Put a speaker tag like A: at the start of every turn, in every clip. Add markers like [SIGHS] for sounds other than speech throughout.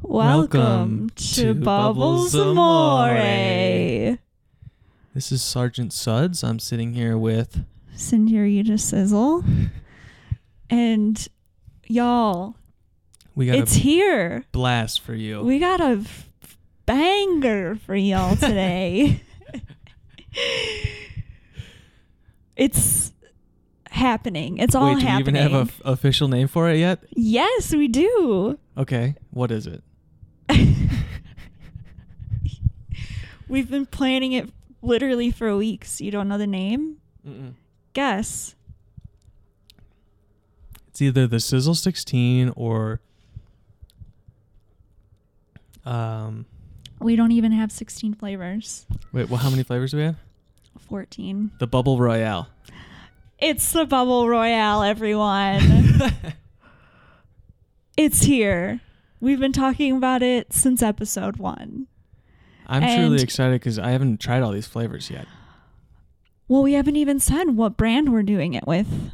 A: Welcome to Bubbles Amore.
B: This is Sergeant Suds. I'm sitting here with.
A: Senorita Sizzle. And y'all,
B: We got
A: it's
B: a
A: here.
B: blast for you.
A: We got a f- banger for
B: [LAUGHS]
A: y'all today. it's happening. It's all
B: Wait, do
A: happening.
B: we even have an official name for it yet?
A: yes, we do.
B: Okay, what is
A: [LAUGHS]
B: it?
A: We've been planning it literally for weeks. You don't know the name?
B: Mm-mm.
A: Guess.
B: It's either the Sizzle 16 or um.
A: We don't even have 16 flavors.
B: Wait, well, how many flavors do we have?
A: 14.
B: The
A: [LAUGHS]
B: Bubble Royale.
A: It's the Bubble Royale,
B: [LAUGHS]
A: everyone. it's here. We've been talking about it since episode one.
B: I'm truly
A: And-
B: excited because I haven't tried all these flavors yet.
A: Well, we haven't even said what brand we're doing it with.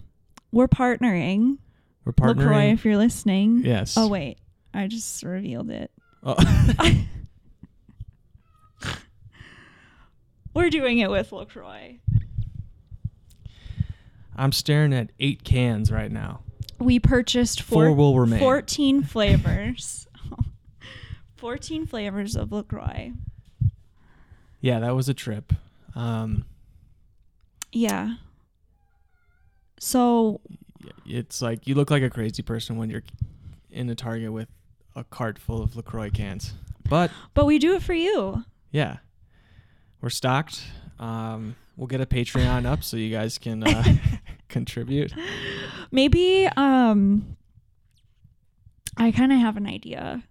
A: We're partnering.
B: We're
A: LaCroix,
B: partnering.
A: if you're listening.
B: Yes.
A: Oh, wait. I just revealed it.
B: Oh. [LAUGHS]
A: We're doing it with LaCroix.
B: I'm staring at eight cans right now.
A: We purchased
B: Four,
A: four,
B: will remain.
A: 14 flavors. [LAUGHS] 14 flavors of LaCroix.
B: Yeah, that was a trip. Um,
A: Yeah. So
B: it's like you look like a crazy person when you're in a Target with a cart full of Lacroix cans. But
A: But we do it for you.
B: yeah, we're stocked. Um, we'll get a Patreon up so you guys
A: [LAUGHS]
B: can uh, contribute.
A: Maybe um I kind of have an idea.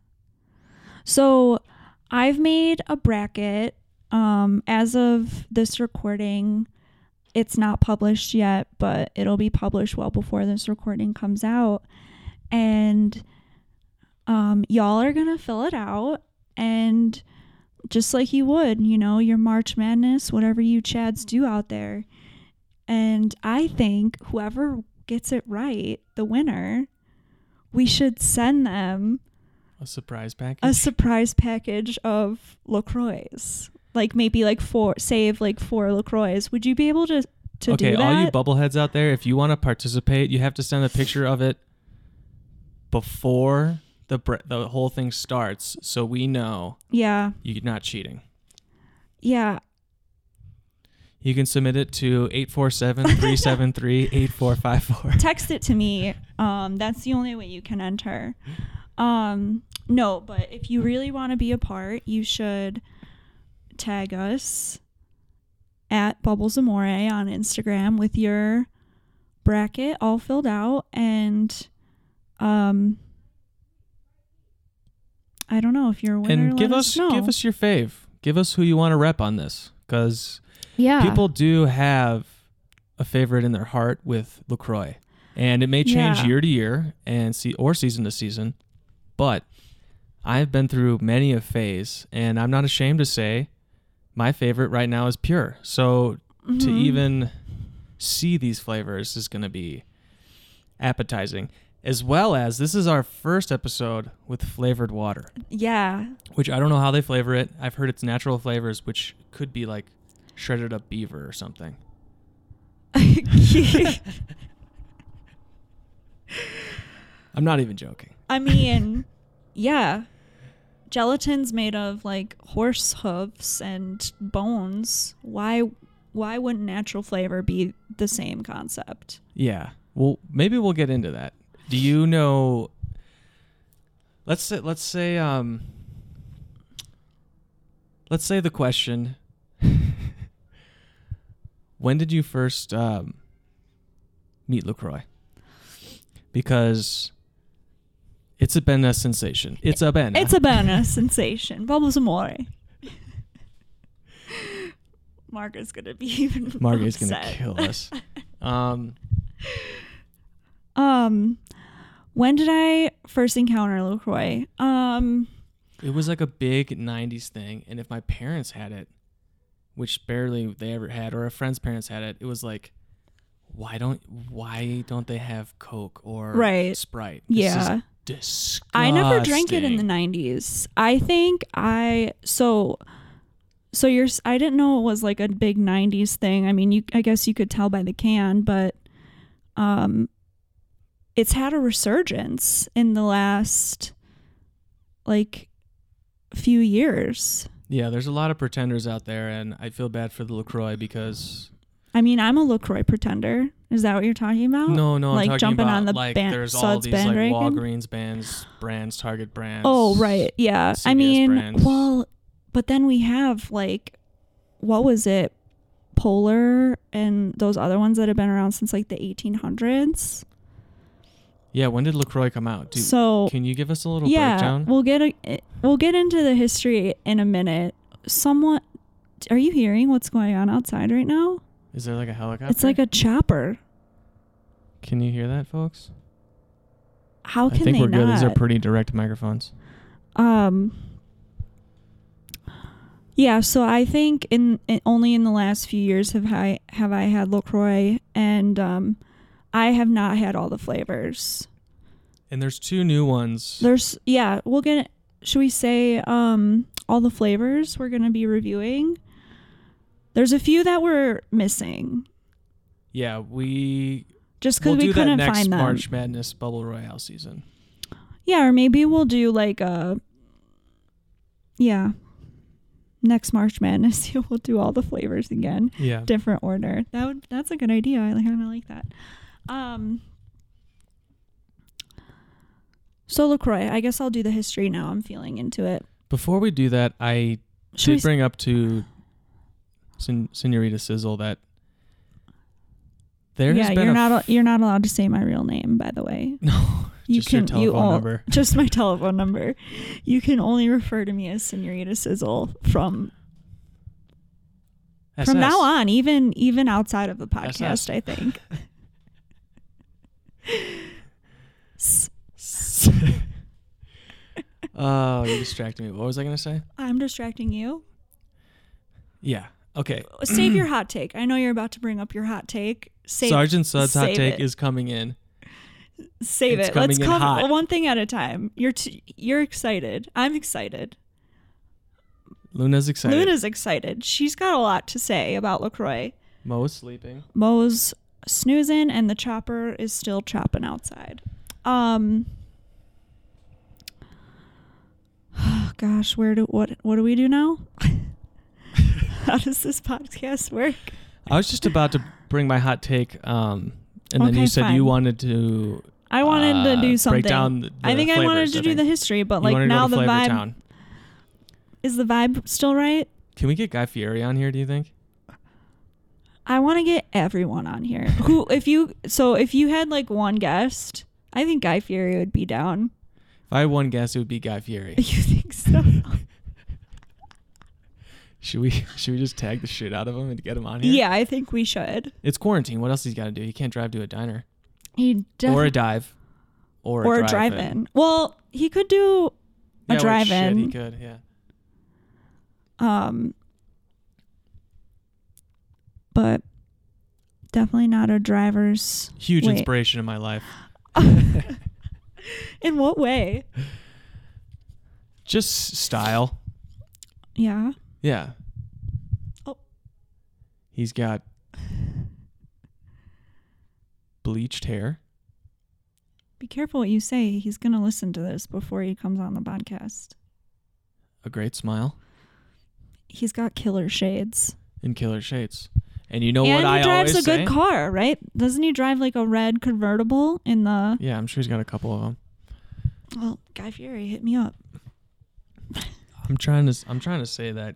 A: So I've made a bracket um as of this recording. It's not published yet, but it'll be published well before this recording comes out. And um y'all are going to fill it out and just like you would, you know, your March Madness, whatever you chads do out there. And I think whoever gets it right, the winner, we should send them
B: A surprise package.
A: a surprise package of LaCroix. Like maybe like four, save like four LaCroix. Would you be able to, to
B: okay,
A: do that?
B: all you bubbleheads out there, if you want to participate, you have to send a picture of it before the bre- the whole thing starts, so we know
A: yeah.
B: you're not cheating.
A: Yeah.
B: You can submit it to 847-373-8454.
A: Text it to me. Um, that's the only way you can enter. Um, no, but if you really want to be a part, you should tag us at Bubbles Amore on Instagram with your bracket all filled out and um I don't know if you're a winner.
B: and give
A: let
B: us
A: know.
B: give us your fave. Give us who you want to rep on this cuz
A: yeah.
B: people do have a favorite in their heart with LaCroix. And it may change
A: Yeah.
B: year to year and see or season to season. But I've been through many a phase and I'm not ashamed to say my favorite right now is pure. So to
A: Mhm.
B: even see these flavors is going to be appetizing. As well as this is our first episode with flavored water,
A: Yeah. [LAUGHS]
B: which I don't know how they flavor it. I've heard it's natural flavors, which could be like shredded up beaver or something. I'm not even joking.
A: I mean, yeah. Gelatin's made of like horse hooves and bones. Why why wouldn't natural flavor be the same concept?
B: Yeah. Well, maybe we'll get into that. Do you know? Let's say, let's say, um, let's say the question. [LAUGHS] when did you first um, meet Lacroix? Because it's been a sensation. It's a been.
A: It's a bonus [LAUGHS] sensation. Bubbles amore. Margaret's gonna be [LAUGHS] even
B: Margaret's gonna
A: upset. [LAUGHS]
B: kill us. Um,
A: Um when did I first encounter LaCroix? Um
B: It was like a big 90s thing. And if my parents had it, which barely they ever had, or a friend's parents had it, it was like, why don't why don't they have Coke or
A: Right.
B: Sprite? This is
A: yeah.
B: disgusting.
A: I never drank it in the 90s. I think I so so you're s- I didn't know it was like a big 90s thing. I mean, you I guess you could tell by the can, but um it's had a resurgence in the last like few years.
B: Yeah, there's a lot of pretenders out there, and I feel bad for the Lacroix because
A: I mean, I'm a LaCroix pretender. Is that what you're talking about?
B: no, no, I'm
A: like
B: talking
A: jumping
B: about
A: on the
B: like
A: ban-
B: there's all
A: Suds
B: these like
A: bandwagon?
B: Walgreens bands, brands, Target brands.
A: Oh, right. Yeah. I
B: CVS
A: mean,
B: brands.
A: well, but then we have like, what was it? Polar and those other ones that have been around since like the 1800s.
B: Yeah, when did Lacroix come out? Do,
A: so,
B: can you give us a little
A: yeah,
B: breakdown?
A: we'll get a, we'll get into the history in a minute. Somewhat Are you hearing what's going on outside right now?
B: Is there like a helicopter?
A: It's like a chopper.
B: Can you hear that, folks?
A: How
B: I
A: can
B: think
A: they
B: we're good. These are
A: not?
B: pretty direct microphones.
A: Um. Yeah, so I think in, in only in the last few years have I have I had Lacroix, and um, I have not had all the flavors.
B: And there's two new ones.
A: There's yeah, we'll get. Should we say um all the flavors we're gonna be reviewing? There's a few that we're missing
B: yeah, we
A: just because
B: we'll
A: we
B: do that
A: couldn't
B: next
A: find them.
B: March Madness Bubble Royale season.
A: Yeah, or maybe we'll do like a yeah next March Madness. [LAUGHS] we'll do all the flavors again.
B: Yeah.
A: different order. That would that's a good idea. I kind of like that. Um So LaCroix, I guess I'll do the history now. I'm feeling into it.
B: Before we do that, I
A: Should we
B: did
A: s-
B: bring up to Sen- Senorita Sizzle that there
A: Yeah,
B: has been
A: you're
B: a
A: not
B: f-
A: al- you're not allowed to say my real name, by the way.
B: [LAUGHS] no
A: You
B: just your
A: can-
B: telephone
A: you all-
B: number.
A: [LAUGHS] Just my telephone number. You can only refer to me as Senorita Sizzle from from now on, even even outside of the podcast,
B: SS.
A: I think. S-
B: [LAUGHS] oh, you distracted me. What was I gonna say?
A: I'm distracting you.
B: Yeah. Okay.
A: save your hot take. I know you're about to bring up your hot take. Save,
B: Sergeant Sud's hot
A: save
B: take
A: it.
B: is coming in.
A: save
B: it's
A: it. Let's
B: coming in
A: cover
B: hot.
A: one thing at a time. You're t- you're excited. I'm excited.
B: Luna's excited.
A: Luna's excited. She's got a lot to say about Lacroix.
B: Mo is sleeping.
A: Mo's snoozing, and the chopper is still chopping outside. Um. [SIGHS] Gosh, where do what what do we do now? [LAUGHS] How does this podcast work?
B: I was just about to bring my hot take, um, and then
A: Okay,
B: you said you
A: fine.
B: wanted to.
A: I wanted
B: uh,
A: to do something.
B: Break down the,
A: I
B: the
A: think I wanted
B: flavors,
A: to do
B: think.
A: the history, but
B: You
A: like
B: wanted to go
A: now
B: to
A: the
B: Flavor
A: vibe
B: Town.
A: is the vibe still right?
B: Can we get Guy Fieri on here? Do you think?
A: I want to get everyone on here. Who
B: [LAUGHS]
A: if you so if you had like one guest, I think Guy Fieri would be down. [LAUGHS]
B: If I had one guess, it would be Guy Fieri.
A: You think so?
B: should we? [LAUGHS] Should we just tag the shit out of him and get him on here?
A: yeah, I think we should.
B: It's quarantine. What else he's got to do? He can't drive to a diner
A: He
B: or a
A: definitely
B: dive or
A: or
B: a
A: a
B: drive-in.
A: drive-in. Well, he could do
B: Yeah, which
A: drive-in.
B: Shit, he could. Yeah.
A: um but definitely not a driver's
B: Huge
A: Wait.
B: inspiration in my life.
A: in what way?
B: Just style.
A: Yeah.
B: Yeah.
A: Oh.
B: He's got bleached hair.
A: Be careful what you say. He's going to listen to this before he comes on the podcast.
B: a great smile,
A: He's got killer shades.
B: and killer shades. And you know
A: and
B: what
A: he
B: I
A: drives
B: always
A: a good
B: say?
A: car, right? Doesn't he drive like a red convertible in the.
B: Yeah, I'm sure he's got a couple of them.
A: Well, Guy Fieri, hit me up.
B: I'm trying to. s- I'm trying to say that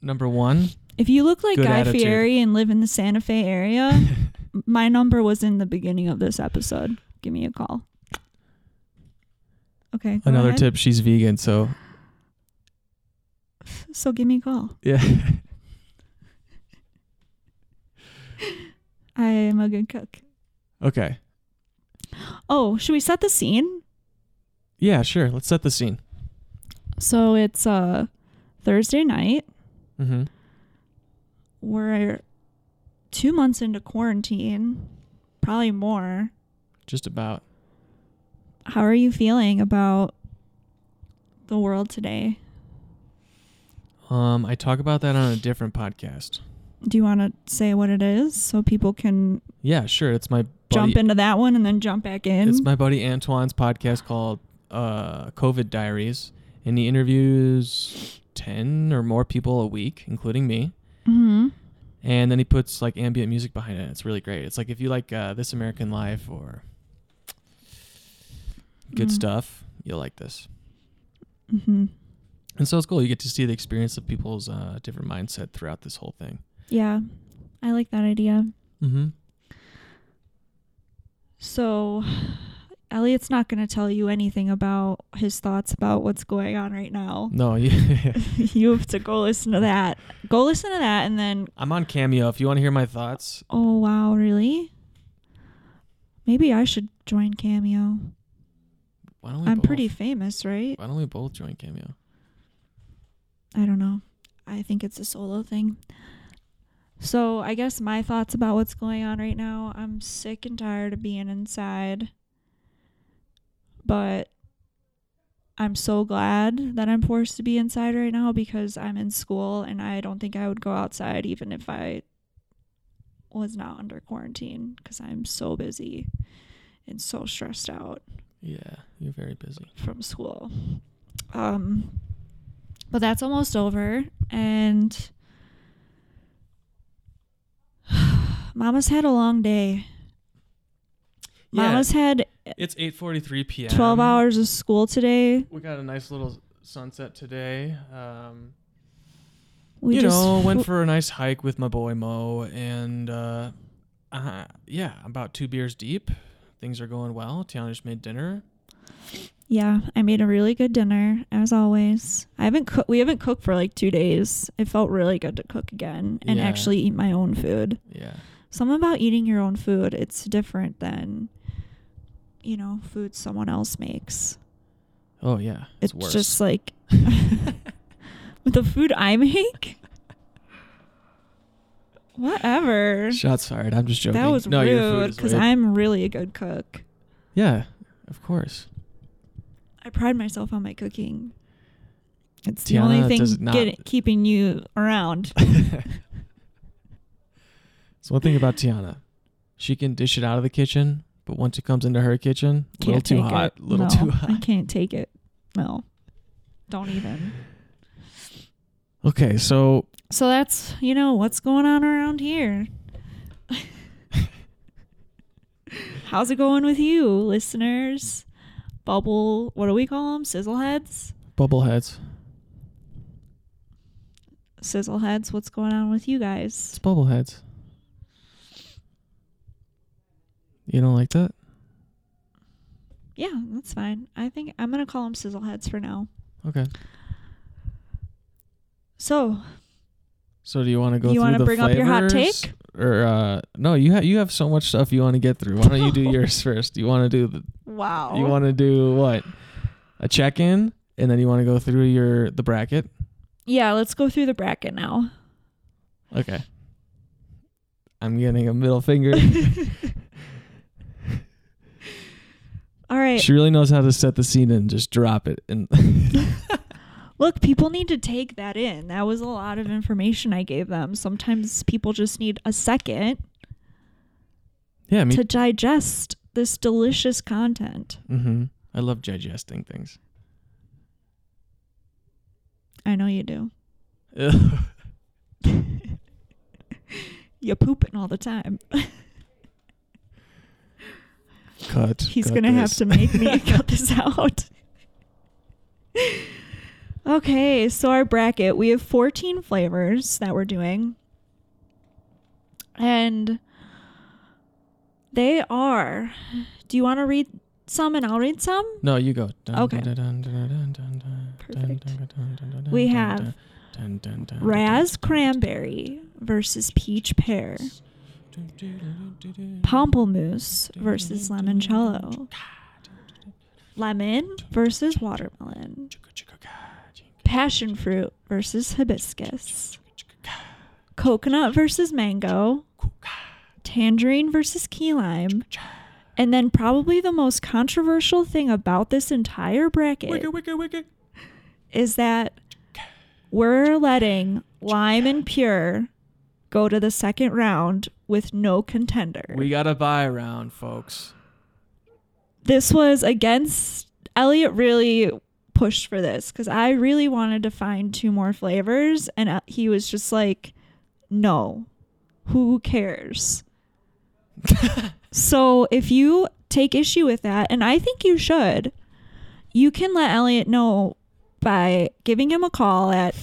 B: number one.
A: If you look like
B: Good
A: Guy
B: attitude.
A: Fieri and live in the Santa Fe area,
B: [LAUGHS]
A: m- my number was in the beginning of this episode. Give me a call. Okay. go
B: Another
A: ahead.
B: tip: she's vegan, so
A: So give me a call.
B: yeah. [LAUGHS]
A: I am a good cook.
B: okay.
A: Oh, should we set the scene?
B: Yeah, sure. Let's set the scene.
A: So it's uh, Thursday night.
B: Mm-hmm.
A: we're two months into quarantine, probably more.
B: Just about.
A: how are you feeling about the world today?
B: Um, I talk about that on a different podcast.
A: Do you want to say what it is so people can
B: Yeah, sure. It's my buddy,
A: jump into that one and then jump back in?
B: It's my buddy Antoine's podcast called uh, COVID Diaries, and he interviews ten or more people a week, including me.
A: hmm
B: And then he puts like ambient music behind it. It's really great. It's like if you like uh, This American Life or good
A: Mm.
B: stuff, you'll like this.
A: hmm
B: And so it's cool. You get to see the experience of people's uh, different mindset throughout this whole thing.
A: Yeah, I like that idea.
B: Mm-hmm.
A: So, Elliot's not going to tell you anything about his thoughts about what's going on right now. [LAUGHS]
B: No, [LAUGHS] yeah.
A: you have to go listen to that. Go listen to that and then,
B: I'm on Cameo. If you want to hear my thoughts,
A: oh, wow, really? Maybe I should join Cameo.
B: why don't we?
A: I'm
B: both?
A: pretty famous, right?
B: Why don't we both join Cameo?
A: I don't know. I think it's a solo thing. So, I guess my thoughts about what's going on right now I'm sick and tired of being inside. But I'm so glad that I'm forced to be inside right now because I'm in school and I don't think I would go outside even if I was not under quarantine because I'm so busy and so stressed out
B: Yeah, you're very busy.
A: from school. Um, but that's almost over, and [SIGHS] Mama's had a long day.
B: Yeah.
A: Mama's had
B: It's 8:43 p.m.
A: twelve hours of school today.
B: We got a nice little sunset today. Um,
A: We
B: you
A: just
B: know, went
A: fl-
B: for a nice hike with my boy Mo, and uh, uh, yeah, about two beers deep. Things are going well. Tiana just made dinner.
A: yeah. I made a really good dinner as always. I haven't cooked. We haven't cooked for like two days. It felt really good to cook again and
B: Yeah.
A: actually eat my own food.
B: Yeah,
A: something about eating your own food it's different than you know food someone else makes
B: Oh yeah,
A: it's,
B: it's, worse.
A: just like [LAUGHS] with the food i make whatever
B: Shots fired. I'm just joking.
A: that was
B: no, your food
A: rude
B: is
A: because
B: way-
A: i'm really a good cook
B: Yeah,
A: [LAUGHS]
B: of course.
A: i pride myself on my cooking it's
B: Tiana
A: the only
B: does
A: thing
B: not-
A: get, keeping you around
B: It's one thing about Tiana. She can dish it out of the kitchen, but once it comes into her kitchen, a little
A: Can't
B: too
A: take
B: hot.
A: it.
B: Little
A: No,
B: too
A: i
B: hot.
A: can't take it no don't even
B: Okay, so
A: So that's, you know, what's going on around here. How's it going with you, listeners? Bubble, what do we call them? Sizzle heads?
B: bubbleheads.
A: Sizzle heads, what's going on with you guys?
B: It's bubbleheads. You don't like that?
A: Yeah, that's fine. I think I'm going to call them sizzle heads for now.
B: Okay.
A: So,
B: So do you want to go
A: You
B: through
A: wanna
B: the
A: bring up your hot
B: flavors?
A: take?
B: Or uh, no, you have you have so much stuff you want to get through. Why don't
A: [LAUGHS]
B: you do yours first? You want to do the,
A: wow.
B: you want to do what? A check in, and then you want to go through your the bracket.
A: yeah, let's go through the bracket now.
B: Okay. I'm getting a middle finger.
A: [LAUGHS] All right.
B: she really knows how to set the scene and just drop it.
A: [LAUGHS]
B: And [LAUGHS]
A: Look, people need to take that in. That was a lot of information I gave them. Sometimes people just need a second
B: yeah, me.
A: to digest this delicious content.
B: mm-hmm. I love digesting [LAUGHS] things.
A: I know you do.
B: Ugh.
A: You're pooping all the time. [LAUGHS]
B: Cut.
A: He's
B: cut
A: going to have
B: this.
A: to make me cut this [LAUGHS] out. okay, so our bracket, we have 14 flavors that we're doing. And they are. Do you want to read some and I'll read some?
B: No, you go.
A: Okay. Perfect. We have Raz cranberry versus peach pear. Pomplamoose versus
B: Mm-hmm.
A: limoncello. Lemon versus watermelon. Passion fruit versus hibiscus. Coconut versus mango. Tangerine versus key lime. And then probably the most controversial thing about this entire bracket
B: Wicked, wicked, wicked.
A: is that we're letting Lime and Pure go to the second round with no contender.
B: We got a buy round, folks.
A: this was against Elliot really pushed for this because I really wanted to find two more flavors, and uh, he was just like, "No, who
B: [LAUGHS]
A: cares?" so if you take issue with that, and I think you should, you can let Elliot know by giving him a call at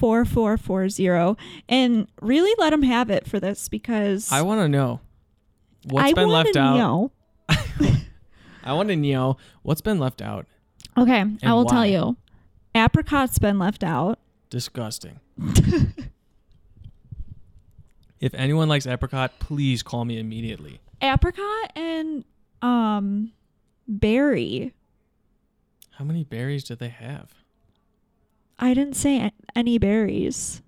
A: 847-525-4440 and really let him have it for this because
B: I want to know what's
A: I
B: been
A: wanna
B: left out.
A: know.
B: I want to know what's been left out.
A: Okay, I will
B: why?
A: tell you. Apricot's been left out. [LAUGHS]
B: Disgusting. if anyone likes apricot, please call me immediately.
A: Apricot and um berry.
B: How many berries do they have?
A: I didn't say a- any berries.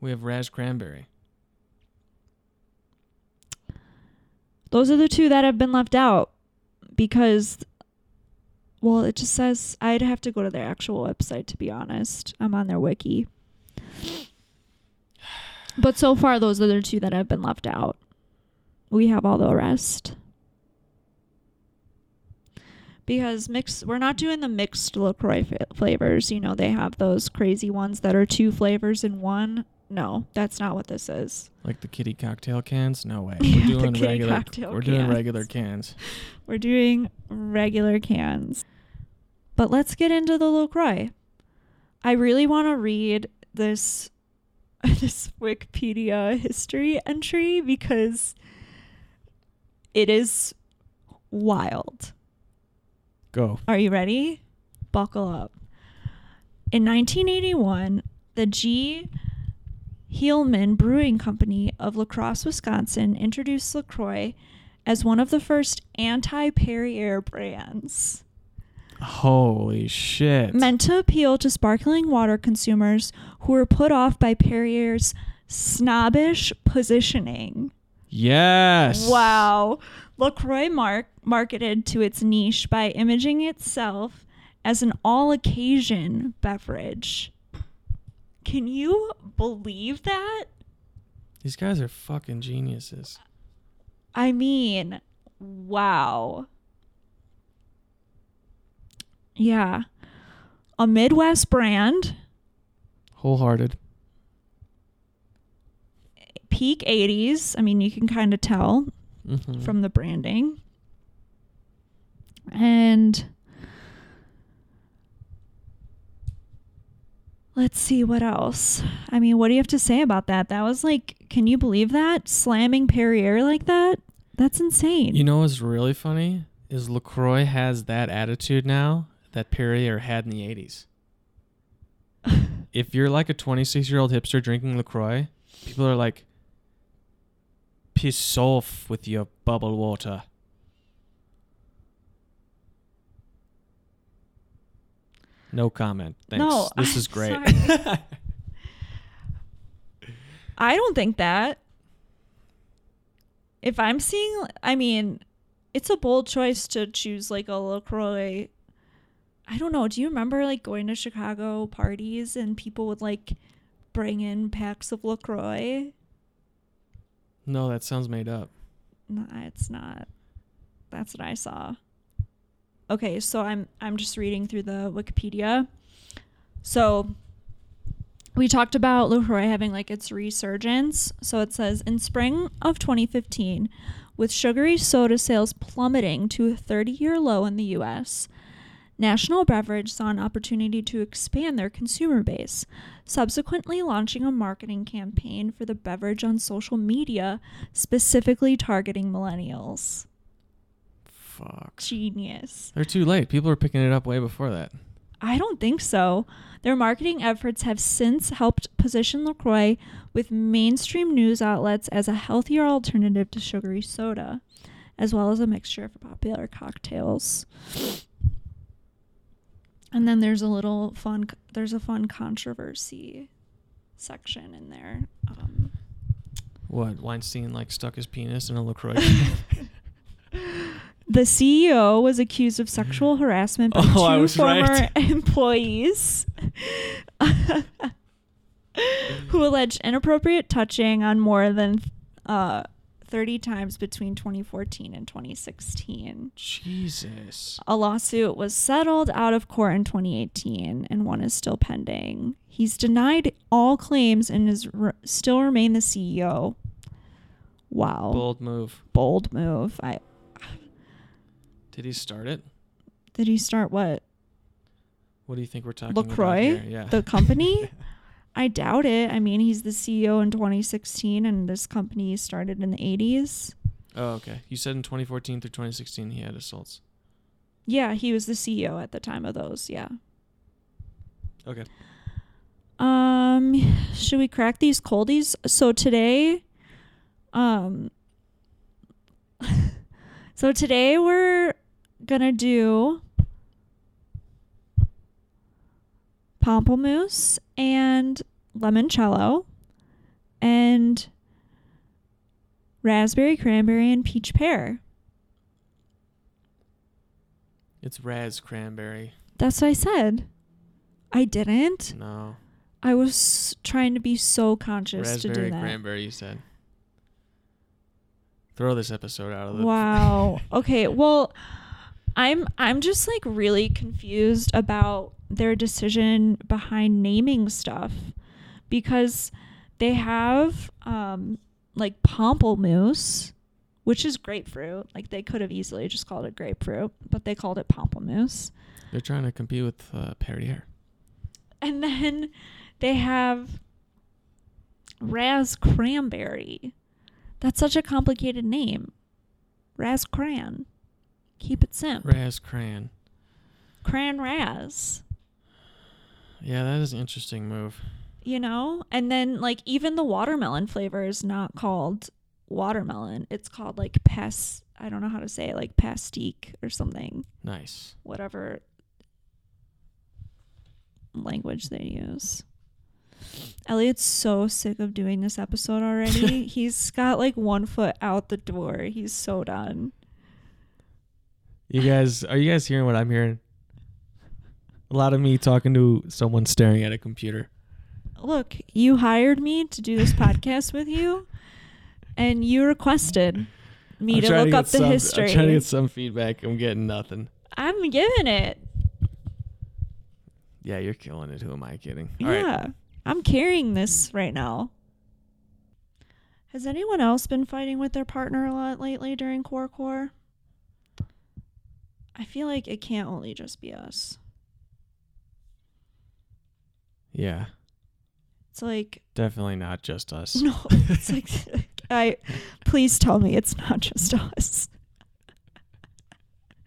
B: We have Raz Cranberry.
A: Those are the two that have been left out because well, it just says I'd have to go to their actual website to be honest. I'm on their wiki. But so far those are the two that have been left out. We have all the rest. because mixed we're not doing the mixed LaCroix fa- flavors. You know, they have those crazy ones that are two flavors in one. No, that's not what this is.
B: Like the kitty cocktail cans? No way.
A: Yeah, [LAUGHS]
B: We're
A: the
B: doing
A: kitty
B: regular
A: cocktail
B: We're doing
A: cans.
B: regular cans.
A: We're doing regular cans. But let's get into the LaCroix. I really want to read this [LAUGHS] this Wikipedia history entry because it is wild.
B: Go.
A: Are you ready? Buckle up. In 1981, the G. Heelman Brewing Company of La Crosse, Wisconsin introduced LaCroix as one of the first anti Perrier brands.
B: Holy shit.
A: Meant to appeal to sparkling water consumers who were put off by Perrier's snobbish positioning.
B: yes.
A: Wow. LaCroix Mark marketed to its niche by imaging itself as an all occasion beverage. Can you believe that?
B: These guys are fucking geniuses.
A: I mean, wow. Yeah. A Midwest brand,
B: Wholehearted.
A: peak 80s. I mean, you can kind of tell
B: Mhm.
A: from the branding. And let's see what else. I mean, what do you have to say about that? That was like, can you believe that? Slamming Perrier like that? That's insane.
B: You know what's really funny is Lacroix has that attitude now that Perrier had in the '80s. if you're like a 26 year old hipster drinking Lacroix, people are like, "Piss off with your bubble water." No comment. Thanks.
A: No,
B: [LAUGHS] this
A: I'm
B: is great.
A: I don't think that. If I'm seeing, I mean, it's a bold choice to choose like a LaCroix. I don't know. Do you remember like going to Chicago parties and people would like bring in packs of LaCroix?
B: [LAUGHS] no, that sounds made up.
A: No, it's not. That's what I saw. Okay, so I'm I'm just reading through the Wikipedia. So we talked about LaCroix having like its resurgence. So it says in spring of 2015, with sugary soda sales plummeting to a 30-year low in the US, National Beverage saw an opportunity to expand their consumer base, subsequently launching a marketing campaign for the beverage on social media, specifically targeting millennials.
B: Fuck.
A: Genius.
B: They're too late. People are picking it up way before that.
A: I don't think so. Their marketing efforts have since helped position LaCroix with mainstream news outlets as a healthier alternative to sugary soda, as well as a mixture of popular cocktails. And then there's a little fun, there's a fun controversy section in there. Um,
B: What Weinstein like stuck his penis in
A: [LAUGHS]
B: a Lacroix?
A: The CEO was accused of sexual harassment by
B: [LAUGHS] Oh,
A: two
B: I was
A: former [LAUGHS]
B: right. [LAUGHS]
A: employees who alleged inappropriate touching on more than uh, 30 times between 2014 and 2016.
B: Jesus.
A: A lawsuit was settled out of court in 2018, and one is still pending. He's denied all claims and is re- still remain the CEO. Wow, bold,
B: Bold move.
A: move! I
B: Did he start it?
A: did he start what
B: What do you think we're talking
A: Lacroix,
B: about here? Yeah.
A: the
B: [LAUGHS]
A: company? I doubt it. I mean, he's the CEO in 2016, and this company started in the 80s.
B: oh, okay. You said in 2014 through 2016 he had assaults.
A: Yeah, he was the CEO at the time of those. Yeah.
B: Okay.
A: Um, should we crack these coldies? So today, um, [LAUGHS] so today we're gonna do pamplemousse and limoncello and raspberry cranberry and peach pear.
B: It's Raz Cranberry.
A: That's what I said. I didn't.
B: No.
A: I was trying to be so conscious to
B: Raspberry
A: do that.
B: Cranberry, you said. Throw this episode out of the [LAUGHS]
A: Wow. [LAUGHS] Oh. okay. Well, I'm I'm just like really confused about their decision behind naming stuff because they have um like pamplemousse, which is grapefruit. Like they could have easily just called it grapefruit, but they called it pamplemousse.
B: They're trying to compete with uh, Perrier.
A: And then they have Raz Cranberry. That's such a complicated name. Raz Cran. Keep it simple.
B: Raz Cran.
A: Cran Raz,
B: Yeah, that is an interesting move.
A: you know? And then, like, even the watermelon flavor is not called watermelon. It's called, like, pas. I don't know how to say it, like, pastique or something,
B: Nice.
A: whatever language they use. Elliot's so sick of doing this episode
B: [LAUGHS]
A: already. He's got, like, one foot out the door. He's so done.
B: You guys, are you guys hearing what I'm hearing? A lot of me talking to someone staring at a computer.
A: Look, you hired me to do this podcast with you, and you requested me
B: I'm
A: to
B: trying
A: look
B: get
A: up the
B: some-
A: history.
B: I'm trying to get some feedback. I'm getting nothing.
A: I'm giving it.
B: Yeah, you're killing it. Who am I kidding? All right.
A: yeah. I'm carrying this right now. Has anyone else been fighting with their partner a lot lately during Core Core? I feel like it can't only just be us.
B: Yeah,
A: It's like [LAUGHS]
B: definitely not just us.
A: no, it's like [LAUGHS] I please tell me it's not just us. [LAUGHS]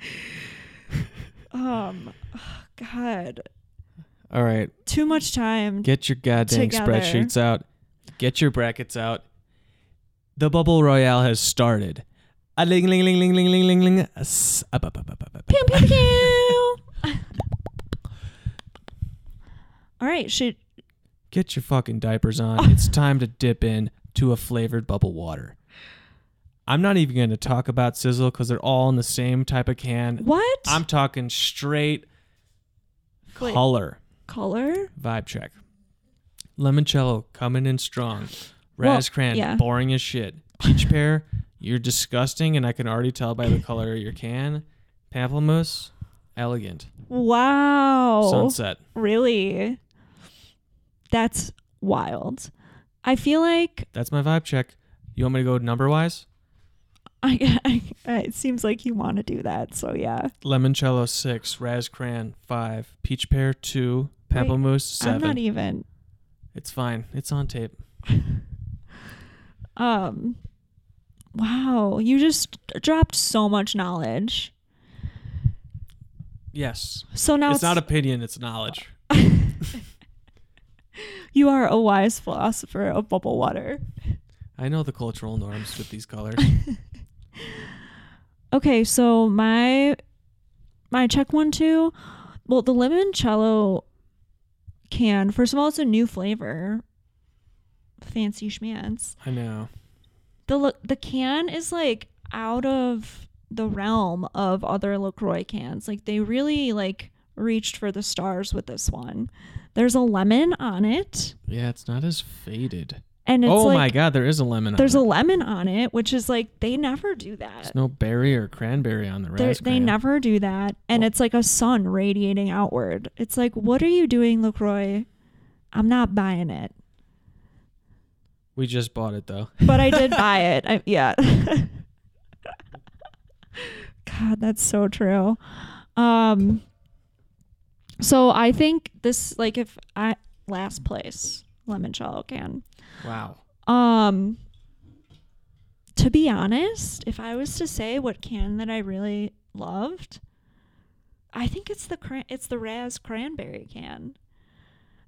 A: um [SIGHS] oh, god,
B: All right.
A: too much time.
B: Get your goddamn
A: Together.
B: spreadsheets out. Get your brackets out. The bubble royale has started. A ling ling ling ling ling ling ling ling. A s- a bu- bu- bu- bu- bu- bu-
A: Pew, pew, pew. [LAUGHS] All right, should
B: Get your fucking diapers on.
A: [LAUGHS]
B: It's time to dip in to a flavored bubble water. I'm not even going to talk about sizzle because they're all in the same type of can.
A: what
B: I'm talking straight
A: Wait,
B: color.
A: color?
B: Vibe check. Limoncello coming in strong.
A: Well,
B: Razzcran,
A: yeah.
B: boring as shit. Peach pear, you're disgusting, and I can already tell by the color of your can. Pamplemousse, elegant.
A: Wow,
B: Sunset.
A: really? That's wild. I feel like
B: That's my vibe check. You want me to go number wise?
A: I, I it seems like you want to do that. So yeah,
B: Limoncello six, Razzcran five, peach pear two, pamplemousse
A: I'm
B: seven.
A: not e- even.
B: it's fine. It's on tape.
A: Um, wow, you just dropped so much knowledge.
B: Yes.
A: So now
B: it's not opinion. It's knowledge.
A: you are a wise philosopher of bubble water.
B: I know the cultural norms with
A: [LAUGHS]
B: these colors.
A: Okay, so my my check one two. Well, the limoncello can. First of all, it's a new flavor. Fancy schmancy.
B: I know.
A: the La- the can is like out of the realm of other LaCroix cans. Like they really like reached for the stars with this one. There's a lemon on it
B: Yeah, it's not as faded.
A: and it's
B: oh
A: like
B: my god, there is a lemon.
A: there's
B: on
A: a
B: it.
A: lemon on it, which is like they never do that.
B: There's no berry or cranberry on the
A: They're-
B: raspberry.
A: They never do that. And it's like a sun radiating outward. It's like, what are you doing, LaCroix? I'm not buying it.
B: We just bought it
A: [LAUGHS]
B: though.
A: But I did buy it. I, yeah. [LAUGHS] God, that's so true. Um, so I think this, like, if I last place, limoncello can.
B: Wow.
A: Um, to be honest, if I was to say what can that I really loved, I think it's the cran- it's the Raz cranberry can.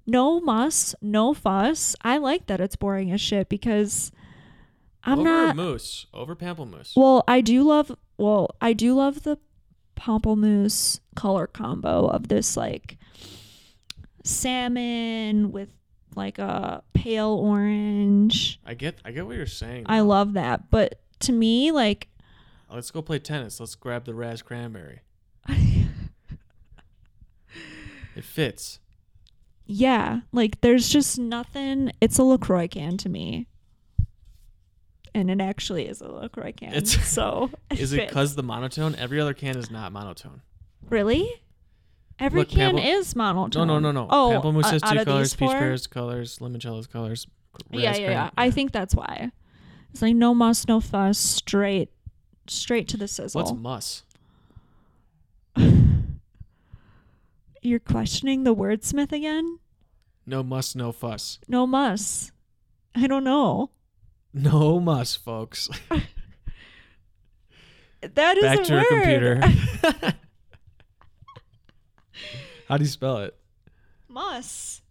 A: No muss, no fuss. I like that it's boring as shit because I'm
B: over
A: not.
B: moose. Over pamplemousse.
A: Well, I do love. Well, I do love the pamplemousse color combo of this like salmon with like a pale orange.
B: I get I get what you're saying. Uh,
A: I love that. But to me, like, [LAUGHS]
B: Let's go play tennis. Let's grab the Raz cranberry. It fits.
A: yeah, like there's just nothing. It's a Lacroix can to me, and it actually is a Lacroix can.
B: It's-
A: [LAUGHS] so
B: [LAUGHS] Is it
A: [LAUGHS] fits.
B: because the monotone? Every other can is not monotone.
A: really? Every
B: Look,
A: can
B: Pample-
A: is
B: No,
A: monotone.
B: no, no, no.
A: Oh,
B: Pamplemousse
A: uh,
B: has
A: out
B: two
A: of
B: colors,
A: these
B: peach
A: four?
B: pears colors, limoncello's colors. c-
A: Yeah,
B: Raz
A: yeah,
B: cran-
A: yeah. I think that's why. It's like no muss, no fuss, straight, straight to the sizzle.
B: What's muss?
A: You're questioning the wordsmith again?
B: No muss, no fuss.
A: No muss. I don't know.
B: No muss, folks.
A: That is
B: Back
A: a
B: to your
A: word.
B: computer. [LAUGHS] How do you spell it?
A: Muss.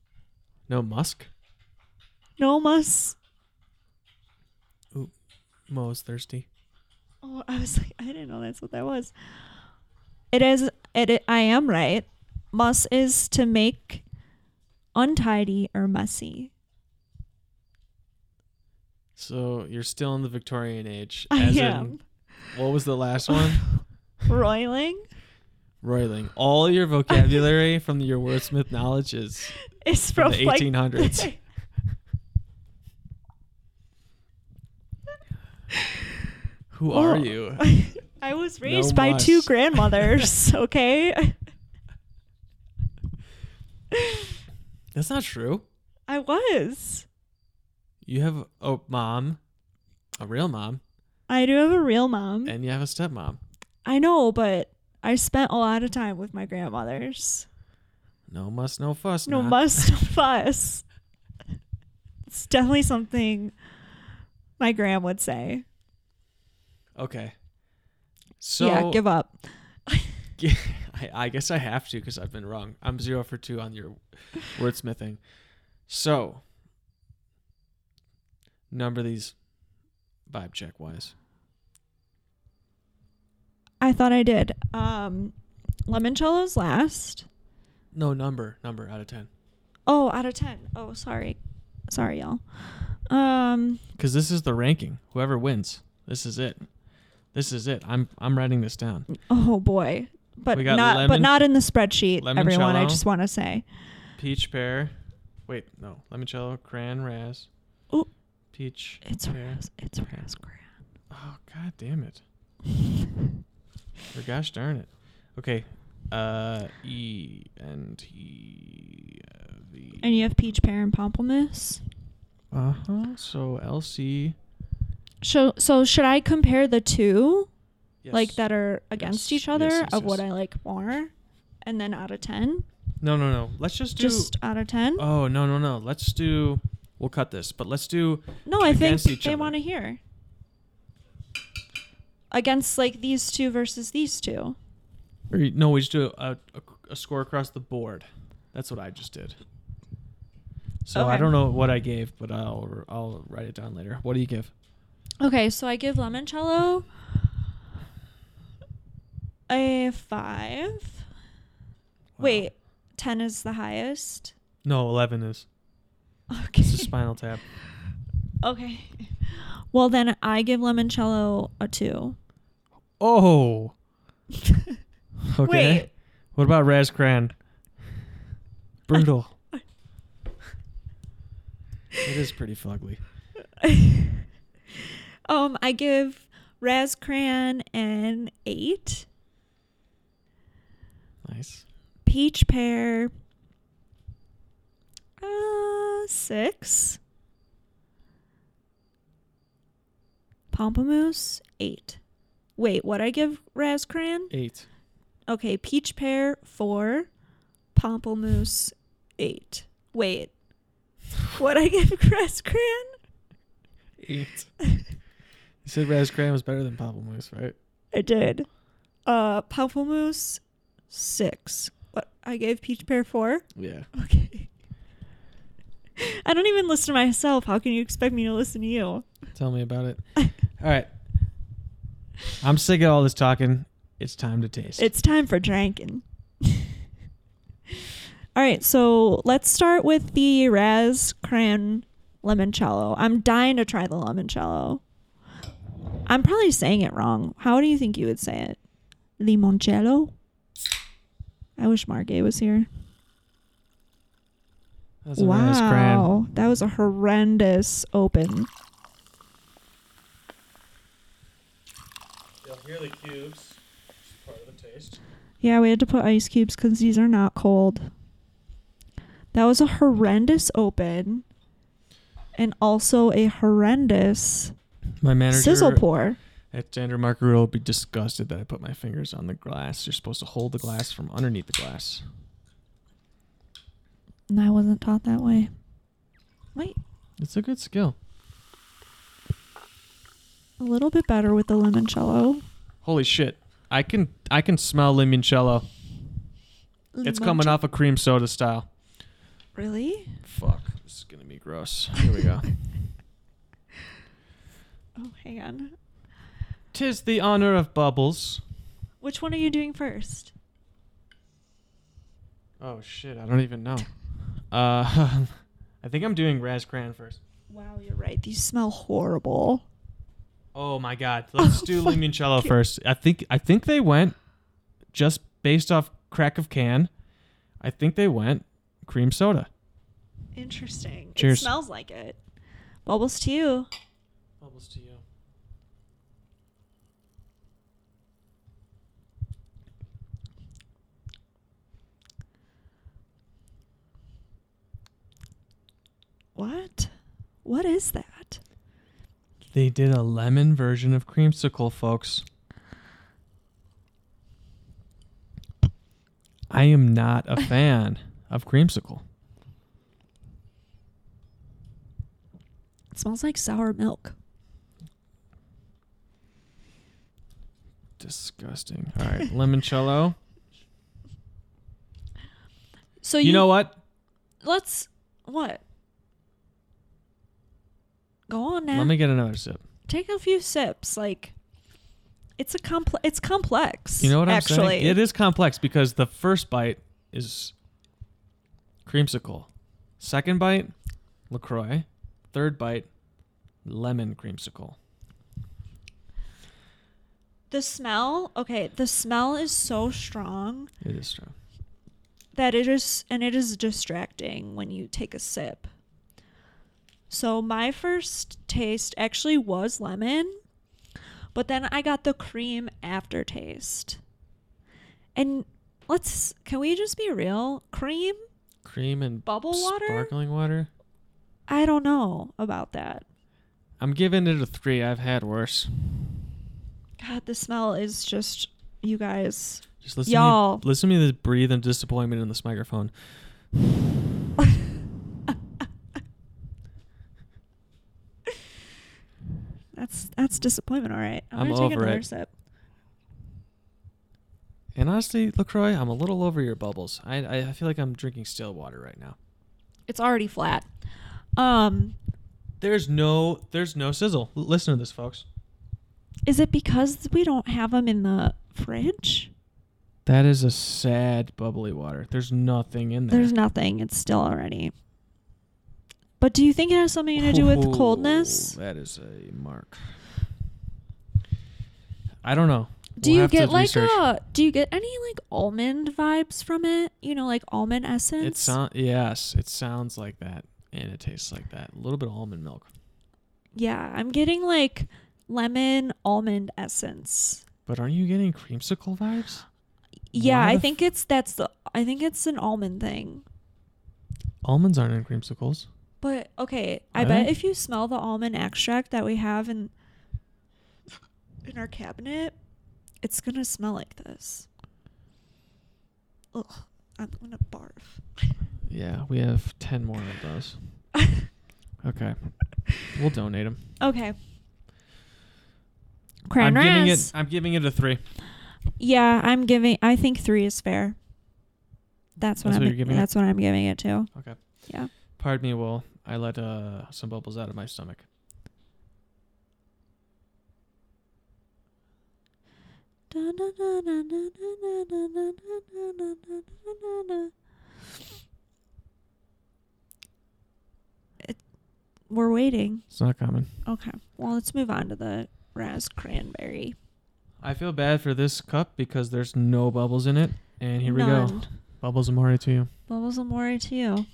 B: No musk.
A: No muss.
B: Mo is thirsty.
A: Oh, I was like, I didn't know that's what that was. It is. It. i- I am right. Muss is to make untidy or messy.
B: So you're still in the Victorian age.
A: I
B: as in-
A: am
B: what was the last one?
A: roiling.
B: Roiling. All your vocabulary from your wordsmith knowledge is
A: It's
B: from
A: from
B: the
A: like [LAUGHS]
B: 1800s. Who are
A: Oh.
B: you?
A: [LAUGHS] I was
B: No
A: raised by two
B: muss.
A: grandmothers, [LAUGHS] okay?
B: That's not true.
A: I was.
B: You have a mom, a real mom,
A: I do have a real mom.
B: and you have a stepmom.
A: I know, but I spent a lot of time with my grandmothers.
B: No muss, no fuss.
A: No
B: nah.
A: must no [LAUGHS] fuss. It's definitely something my gram would say.
B: Okay. So
A: yeah, give up.
B: [LAUGHS] I, I guess I have to because I've been wrong. I'm zero for two
A: [LAUGHS]
B: on your wordsmithing. So, number these vibe check wise.
A: I thought I did. Um Lemoncello's last.
B: No number, number out of ten.
A: Oh, out of ten. Oh, sorry. Sorry, y'all. Um
B: Because this is the ranking. Whoever wins, this is it. This is it. I'm I'm writing this down.
A: oh boy. But
B: We got
A: not
B: lemon-
A: but not in the spreadsheet, everyone, I
B: lemoncello.
A: just wanna say.
B: Peach pear. Wait, no. Limoncello, cran, ras.
A: Ooh.
B: Peach.
A: It's
B: pear.
A: Raz it's Raz Gran.
B: Oh god damn it. or gosh darn it. Okay. Uh E and T uh, V.
A: And you have peach pear and pamplemousse.
B: Uh huh. So L C
A: So so should I compare the two
B: yes.
A: like that are against
B: Yes,
A: each other
B: yes, yes,
A: of what
B: yes.
A: I like more? And then out of ten?
B: No no no. Let's just do
A: Just out of ten?
B: Oh no no no. Let's do we'll cut this, but let's do
A: no, I think
B: against each
A: they
B: other.
A: want to hear. Against like these two versus these two.
B: or no, we just do a, a, a score across the board. That's what I just did. So I
A: Okay.
B: don't know what I gave, but I'll I'll write it down later. What do you give?
A: Okay, so I give Lemoncello a five.
B: Wow.
A: Wait, ten is the highest.
B: No, eleven is. [LAUGHS]
A: Okay.
B: It's a spinal tap.
A: Okay. Well, then I give Lemoncello a two.
B: [LAUGHS] Oh. okay. What about Razkran? [LAUGHS] Brutal. it is pretty fugly.
A: Um, I give Razcran an eight.
B: Nice.
A: Peach Pear, uh, six. Pomplamoose, eight. Wait, what I give Razcran?
B: Eight.
A: Okay, Peach Pear, four. Pomplamoose, eight. Wait, what I give [LAUGHS] Razcran?
B: Eight. you said Razkran was better than Pomplamoose, right?
A: I did. Uh, Pomplamoose, six. What I gave Peach Pear, four.
B: Yeah.
A: Okay. [LAUGHS] I don't even listen to myself. How can you expect me to listen to you?
B: Tell me about it. [LAUGHS] All right. I'm sick of all this talking. It's time to taste.
A: It's time for drinking. [LAUGHS] All right, so let's start with the Raz Cran Limoncello. I'm dying to try the limoncello. I'm probably saying it wrong. How do you think you would say it? Limoncello? I wish Margay was here.
B: That's a Razkran.
A: Wow, that was a horrendous open.
B: You'll hear the cubes. It's part of the taste.
A: Yeah, we had to put ice cubes because these are not cold. That was a horrendous open and also a horrendous
B: My manager
A: sizzle pour.
B: at Dander Margarito will be disgusted that I put my fingers on the glass. You're supposed to hold the glass from underneath the glass.
A: And I wasn't taught that way. Wait,
B: It's a good skill.
A: a little bit better with the limoncello.
B: Holy shit. I can I can smell limoncello. It's coming
A: Limoncello-
B: off a cream soda style.
A: Really?
B: Fuck. This is gonna be gross. Here
A: [LAUGHS]
B: we go.
A: Oh, hang on.
B: Tis the honor of bubbles.
A: Which one are you doing first?
B: Oh shit, I don't even [LAUGHS] know. Uh [LAUGHS] I think I'm doing Razkran first.
A: Wow, you're right. These smell horrible.
B: Oh my [LAUGHS] god. Let's
A: Oh
B: do
A: my
B: limoncello
A: God.
B: first. I think I think they went just based off crack of can. I think they went cream soda.
A: Interesting.
B: Cheers.
A: It smells like it. Bubbles to you.
B: Bubbles to you.
A: What? What is that?
B: They did a lemon version of creamsicle, folks. I am not [LAUGHS] a fan of creamsicle.
A: It smells like sour milk.
B: Disgusting. All [LAUGHS] right, limoncello.
A: So
B: You know what?
A: let's what? Go on now.
B: Let me get another sip.
A: Take a few sips. Like it's a complex. It's complex.
B: You know what I'm
A: actually.
B: saying? It is complex because the first bite is creamsicle. Second bite, LaCroix. Third bite, lemon creamsicle.
A: The smell. Okay, the smell is so strong
B: It is true.
A: that it is, and it is distracting when you take a sip. So my first taste actually was lemon, but then I got the cream aftertaste. And let's can we just be real? Cream
B: Cream and
A: Bubble water?
B: Sparkling water?
A: I don't know about that.
B: I'm giving it a three. I've had worse.
A: God, the smell is just you guys.
B: Just listen, to me-
A: Y'all.
B: listen to me breathe in disappointment in this microphone.
A: That's that's disappointment, all right. I'm,
B: I'm
A: gonna take
B: over
A: another
B: it.
A: sip.
B: And honestly, Lacroix, I'm a little over your bubbles. I I I feel like I'm drinking still water right now.
A: It's already flat. Um
B: There's no there's no sizzle. L- listen to this, folks.
A: is it because we don't have them in the fridge?
B: That is a sad bubbly water. There's nothing in there.
A: There's nothing. It's still already. But do you think it has something to do with coldness?
B: Oh, That is a mark. I don't know.
A: Do
B: We'll
A: you
B: have to
A: get like
B: research.
A: a do you get any like almond vibes from it? You know, like almond essence?
B: It sounds yes, it sounds like that, and it tastes like that. A little bit of almond milk,
A: yeah, I'm getting like lemon almond essence.
B: but aren't you getting creamsicle vibes?
A: Yeah,
B: Why
A: I
B: the
A: think it's that's the I think it's an almond thing.
B: Almonds aren't in creamsicles.
A: But okay, I
B: Are
A: bet
B: they?
A: if you smell the almond extract that we have in in our cabinet, it's gonna smell like this. Ugh, I'm gonna barf. [LAUGHS]
B: Yeah, we have ten more of those. Okay, we'll donate them.
A: okay.
B: I'm
A: Crown
B: giving it.
A: Ras.
B: I'm giving it a three.
A: yeah, I'm giving. I think three is fair. That's what
B: That's what
A: I'm.
B: you're giving it?
A: that's what I'm giving it to.
B: Okay.
A: Yeah.
B: Pardon me, Will. I let uh, some bubbles out of my stomach.
A: It- We're waiting.
B: It's not common.
A: Okay. Well, let's move on to the Raz Cranberry.
B: I feel bad for this cup because there's no bubbles in it. And here we go.
A: None.
B: Bubbles Amore to you.
A: Bubbles Amore to you.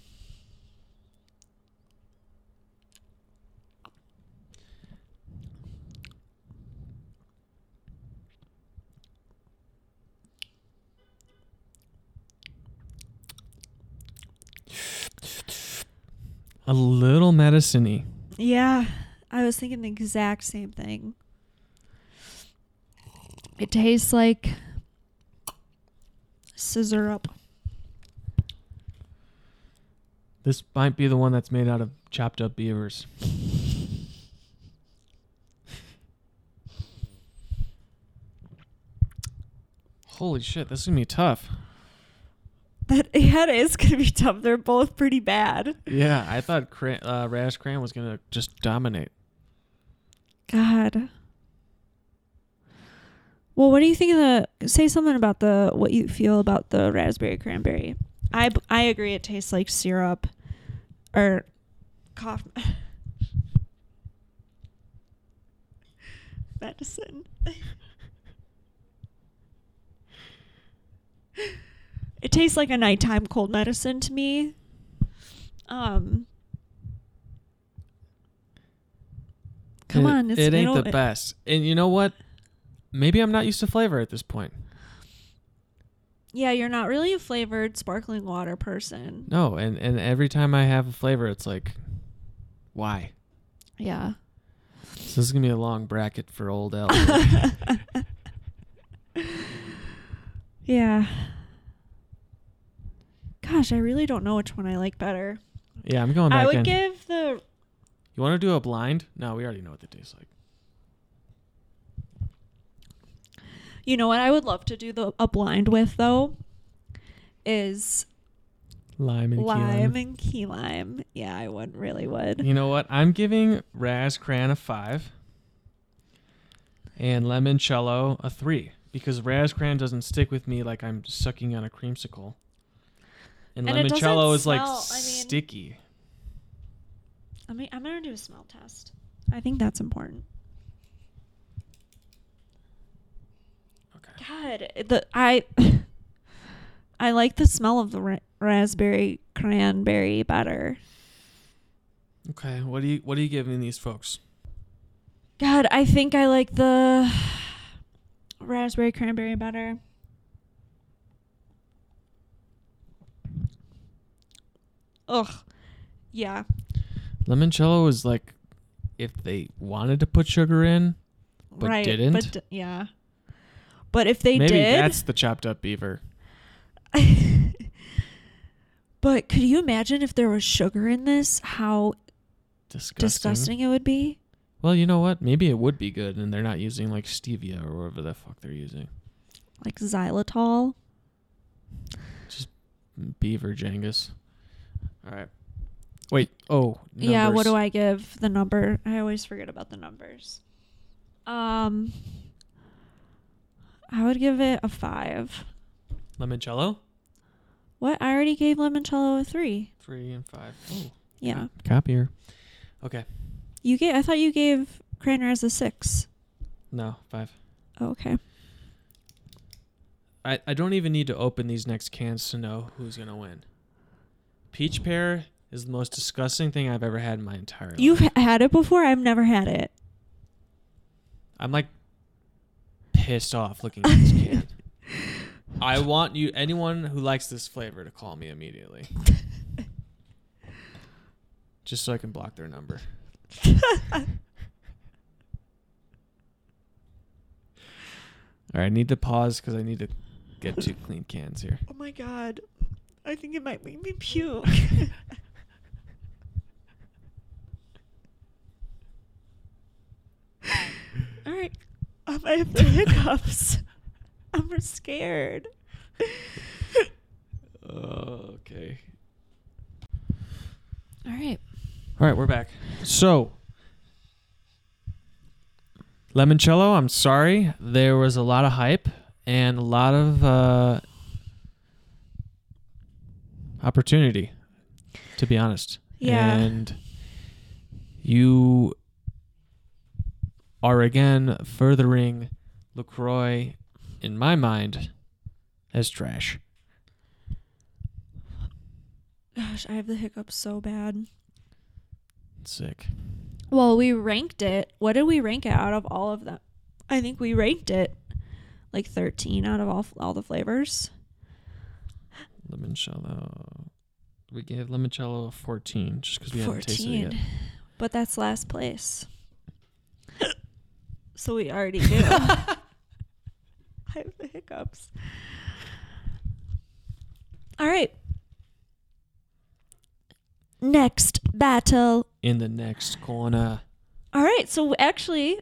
B: A little medicine-y.
A: Yeah, I was thinking the exact same thing. It tastes like scissor up.
B: This might be the one that's made out of chopped up beavers. Holy shit, this is gonna be tough.
A: That [LAUGHS] yeah, it is gonna be tough. They're both pretty bad.
B: Yeah, I thought Cran- uh, Rash Cran was gonna just dominate.
A: God. Well, what do you think of the? Say something about the what you feel about the raspberry cranberry. I b- I agree. It tastes like syrup, or cough [LAUGHS] medicine. [LAUGHS] it tastes like a nighttime cold medicine to me. Um. Come
B: it,
A: on, it's,
B: it ain't
A: it'll-
B: the best. And you know what? Maybe I'm not used to flavor at this point.
A: Yeah, you're not really a flavored sparkling water person.
B: No, and and every time I have a flavor, it's like, why?
A: Yeah.
B: So this is gonna be a long bracket for
A: [LAUGHS]
B: old L.
A: yeah. Gosh, I really don't know which one I like better.
B: yeah, I'm going back
A: I would
B: in.
A: give the
B: you want to do a blind? No, we already know what that tastes like.
A: You know what I would love to do the a blind with though is
B: Lime and key
A: lime and key lime. Yeah, I would really would.
B: You know what? I'm giving Raz Cran a five, and Lemoncello a three because Raz Cran doesn't stick with me like I'm sucking on a creamsicle. And,
A: And it doesn't
B: Lemoncello is like
A: smell, I mean-
B: sticky.
A: I mean, I'm gonna do a smell test. I think that's important.
B: Okay.
A: God, the I [LAUGHS] I like the smell of the ra- raspberry cranberry better.
B: Okay, what do you what are you giving these folks?
A: God, I think I like the raspberry cranberry better. Ugh. Yeah.
B: Lemoncello is like if they wanted to put sugar in, But
A: right.
B: didn't?
A: But d- yeah. But if they
B: maybe
A: did,
B: that's the chopped up beaver.
A: [LAUGHS] but could you imagine if there was sugar in this? How
B: Disgusting.
A: disgusting it would be.
B: Well, you know what? Maybe it would be good, and they're not using like stevia or whatever the fuck they're using.
A: Like xylitol.
B: Beaver Jengus. All right. Wait. Oh.
A: Yeah, what do
B: numbers.
A: I give the number? I always forget about the numbers. Um I would give it a 5.
B: Limoncello.
A: What? I already gave limoncello a 3.
B: Three and five. Oh.
A: Yeah.
B: Copier. Okay.
A: You gave I thought you gave Craner as a six.
B: No, five.
A: Oh, okay.
B: I, I don't even need to open these next cans to know who's gonna win. Peach pear is the most disgusting thing I've ever had in my entire life.
A: You've h- had it before, I've never had it.
B: I'm like pissed off looking at this can. I want you anyone who likes this flavor to call me immediately. Just so I can block their number. All right, I need to pause because I need to get two clean cans here.
A: Oh my god. I think it might make me puke. [LAUGHS] All right. Um, I have the hiccups. I'm scared.
B: Okay.
A: All right.
B: All right, we're back. So, Lemoncello, I'm sorry. There was a lot of hype and a lot of uh, opportunity, to be honest.
A: Yeah.
B: And you are again furthering LaCroix, in my mind, as trash.
A: Gosh, I have the hiccups so bad.
B: Sick.
A: Well, we ranked it. What did we rank it out of all of them? I think we ranked it like 13 out of all all the flavors.
B: Limoncello. We gave limoncello a 14 just because we hadn't tasted it yet.
A: But that's last place. [LAUGHS] so we already [LAUGHS] knew. I have the hiccups. All right. Next battle.
B: In the next corner.
A: All right. So actually,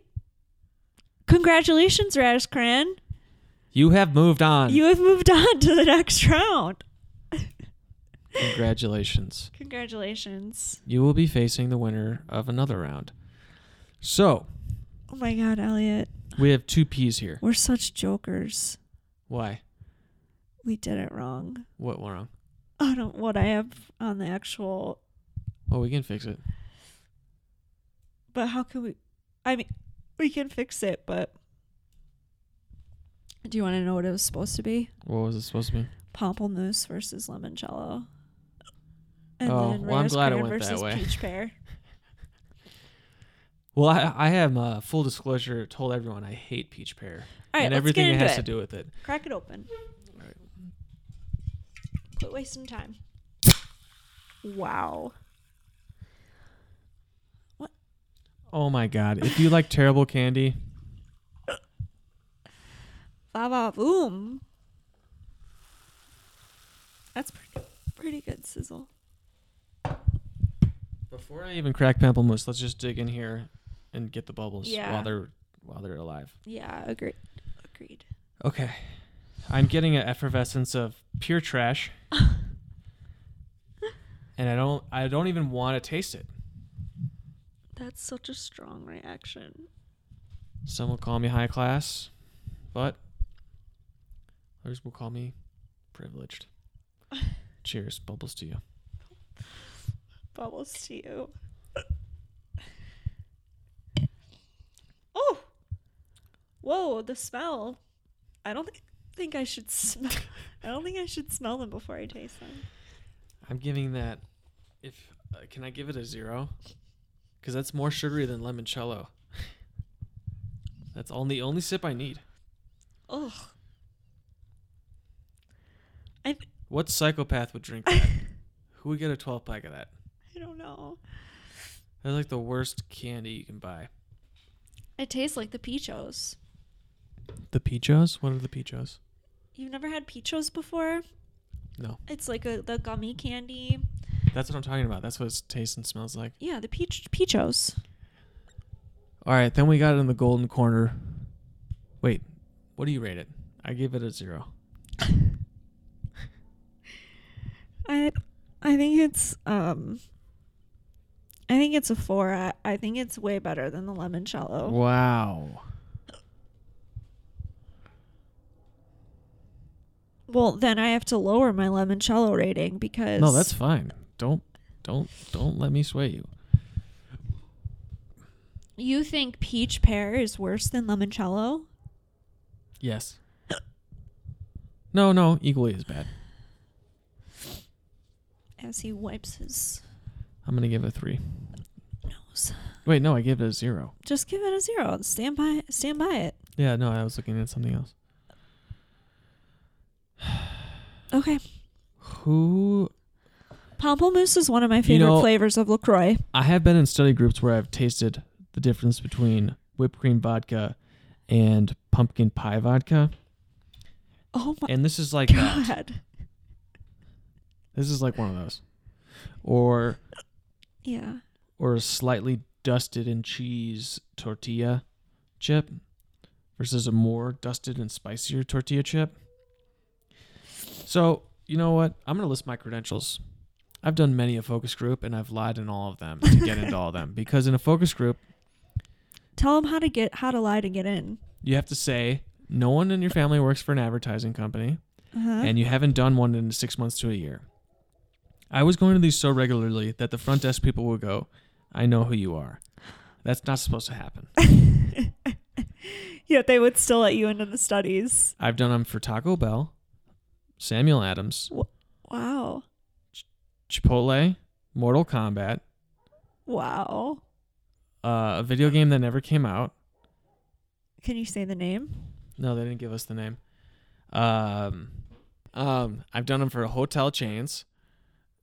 A: congratulations, Rashkran.
B: You have moved on.
A: You have moved on to the next round.
B: Congratulations.
A: Congratulations.
B: You will be facing the winner of another round. So,
A: Oh my God, Elliot.
B: we have two P's here.
A: We're such jokers.
B: Why?
A: We did it wrong.
B: What went wrong?
A: I don't what I have on the actual
B: Well, we can fix it.
A: but how can we I mean we can fix it, but do you want to know what it was supposed to be?
B: What was it supposed to be?
A: Pamplemousse versus limoncello. And
B: Oh,
A: then
B: well, I'm
A: Rose
B: glad it
A: Cran
B: went that
A: versus
B: way.
A: peach
B: [LAUGHS]
A: pear.
B: Well, I, I have uh, full disclosure told everyone I hate peach pear
A: All right,
B: and
A: let's
B: everything
A: get
B: it
A: into
B: has
A: it.
B: to do with it.
A: Crack it open. Quit wasting time. Wow.
B: Oh my god. If you like terrible candy,
A: Ba ba boom. That's pretty, pretty good sizzle.
B: Before I even crack pamplemousse, let's just dig in here and get the bubbles
A: Yeah.
B: while they're while they're alive.
A: Yeah, agreed. Agreed.
B: Okay. I'm getting an effervescence of pure trash. and I don't I don't even want to taste it.
A: That's such a strong reaction.
B: Some will call me high class, but others will call me privileged. Cheers, bubbles to you.
A: Bubbles to you. oh! Whoa, the smell. I don't thi- think I should smell. I don't think I should smell them before I taste them.
B: I'm giving that if uh, can I give it a 0? Cuz that's more sugary than limoncello. that's only only sip I need.
A: Ugh.
B: What psychopath would drink [LAUGHS] that? Who would get a 12 pack of that?
A: I don't know.
B: That's like the worst candy you can buy.
A: It tastes like the peachos.
B: The Pichos? What are the Pichos?
A: You've never had peachos before?
B: No.
A: It's like a the gummy candy.
B: That's what I'm talking about. That's what it tastes and smells like.
A: Yeah, the peach peachos.
B: All right, then we got it in the golden corner. Wait, what do you rate it? I give it a zero.
A: I I think it's um I think it's a four. I, I think it's way better than the limoncello.
B: Wow.
A: Well, then I have to lower my limoncello rating because
B: No, that's fine. Don't Don't don't let me sway you.
A: You think peach pear is worse than limoncello?
B: Yes. No, no, equally as bad.
A: As he wipes his
B: I'm gonna give it a three.
A: nose.
B: Wait, no, I gave it a zero.
A: Just give it a zero. Stand by stand by it.
B: Yeah, no, I was looking at something else.
A: Okay.
B: Who
A: Pamplemousse is one of my favorite
B: know-
A: flavors of LaCroix.
B: I have been in study groups where I've tasted the difference between whipped cream vodka and pumpkin pie vodka.
A: Oh my
B: And this
A: [LAUGHS]
B: is like that.
A: god.
B: This is like one of those. Or
A: Yeah.
B: or a slightly dusted in cheese tortilla chip versus a more dusted and spicier tortilla chip. So, you know what? I'm going to list my credentials. I've done many a focus group and I've lied in all of them to get into all of them because in a focus group,
A: Tell him how to get how to lie to get in.
B: you have to say no one in your family works for an advertising company
A: Uh-huh. [LAUGHS]
B: and you haven't done one in 6 months to a year. I was going to these so regularly that the front desk people would go, "I know who you are." That's not supposed to happen.
A: Yet they would still let you into the studies.
B: I've done them for Taco Bell, Samuel Adams,
A: Wow.
B: Chipotle, Mortal Kombat,
A: Wow.
B: uh, a video game that never came out.
A: Can you say the name?
B: No, they didn't give us the name. Um, um, I've done them for hotel chains.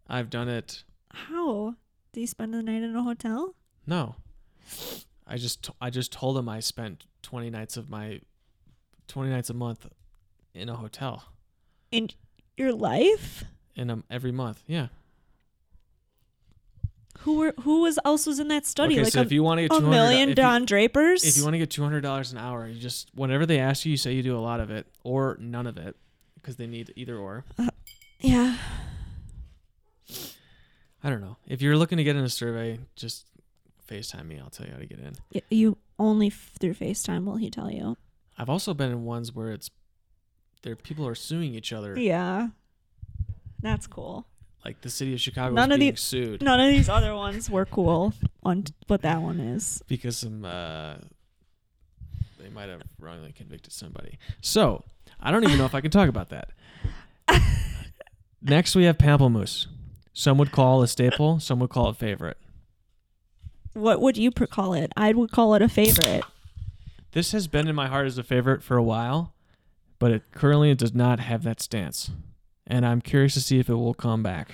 B: I've done it.
A: How? Do you spend the night in a hotel?
B: No, I just I just told them I spent twenty nights of my twenty nights a month in a hotel
A: In your life?
B: in a, every month. Yeah.
A: Who were who was else was in that study?
B: okay,
A: like
B: so
A: a,
B: if you want to get
A: a
B: 200
A: million
B: if you-
A: Don Drapers?
B: If you want to get two hundred dollars an hour, you just whenever they ask you, you say you do a lot of it or none of it because they need either or.
A: yeah.
B: I don't know. If you're looking to get in a survey, just Facetime me. I'll tell you how to get in.
A: Y- You only f- through FaceTime will he tell you.
B: I've also been in ones where it's there people are suing each other.
A: Yeah. That's cool.
B: Like the city of Chicago
A: None
B: is
A: of
B: being
A: the-
B: sued
A: None of these other ones were cool on t- what that one is.
B: because some uh, they might have wrongly convicted somebody. So I don't even know if I can talk
A: [LAUGHS]
B: about that. Next, we have pamplemousse. Some would call a staple. Some would call it favorite.
A: What would you pr- call it? I would call it a favorite.
B: This has been in my heart as a favorite for a while, but it currently does not have that stance. And I'm curious to see if it will come back.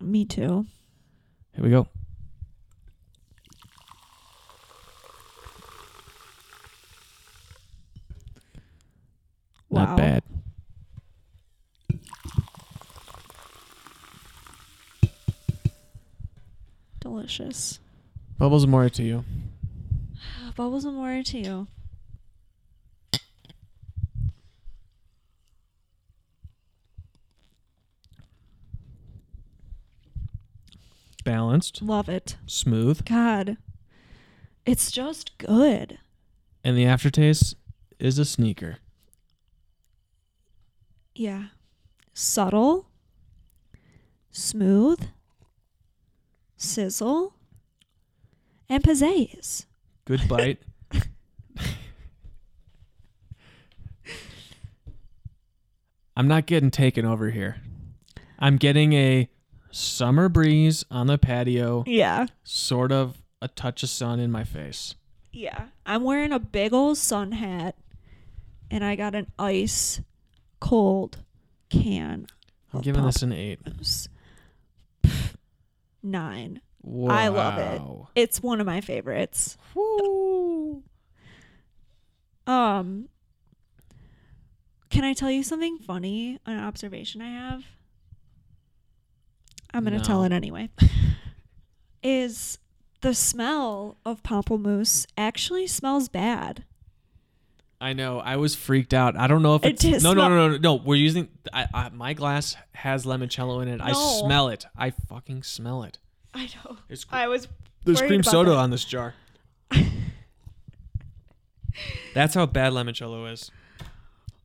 A: Me too.
B: Here we go.
A: Wow.
B: Not bad.
A: Delicious.
B: Bubbles and more to you.
A: Bubbles and water to you.
B: Balanced,
A: Love it.
B: smooth,
A: God. It's just good.
B: and the aftertaste is a sneaker.
A: Yeah. Subtle. Smooth. Sizzle. And pizzazz.
B: Good bite. I'm not getting taken over here. I'm getting a summer breeze on the patio.
A: Yeah.
B: sort of a touch of sun in my face.
A: Yeah. I'm wearing a big old sun hat and I got an ice cold can.
B: I'm
A: of
B: giving this an eight.
A: Pamplemousse. Nine.
B: Wow.
A: I love it. It's one of my favorites.
B: Woo.
A: Um, can I tell you something funny? An observation I have. I'm gonna tell
B: No.
A: it
B: [LAUGHS]
A: anyway. Is the smell of pamplemousse actually smells bad?
B: I know. I was freaked out. I don't know if
A: It
B: it's
A: tastes
B: no, no,
A: not-
B: no, no, no. We're using I, I, my glass has limoncello in it. I
A: No.
B: smell it. I fucking smell it.
A: I know.
B: It's cr-
A: I was.
B: there's
A: worried
B: cream
A: about
B: soda
A: that.
B: on
A: [LAUGHS]
B: this jar. That's how bad limoncello is.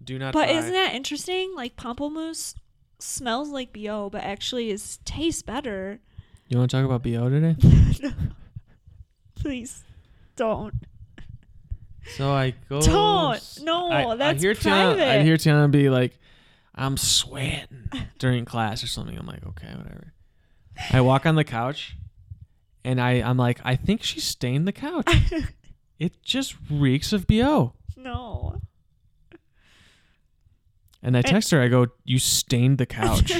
B: Do not.
A: But
B: buy.
A: isn't that interesting? Like pamplemousse smells like bo, but actually is tastes better
B: You want to talk about BO today?
A: [LAUGHS] Please don't.
B: So I go.
A: Don't. No, that's
B: I hear
A: private.
B: Tiana, I hear Tiana be like, "I'm sweating" during class or something. I'm like, okay, whatever. I walk on the couch, and I I'm like, I think she stained
A: [LAUGHS]
B: the couch. it just reeks of bo.
A: No.
B: And I text her. I go, "You stained the couch."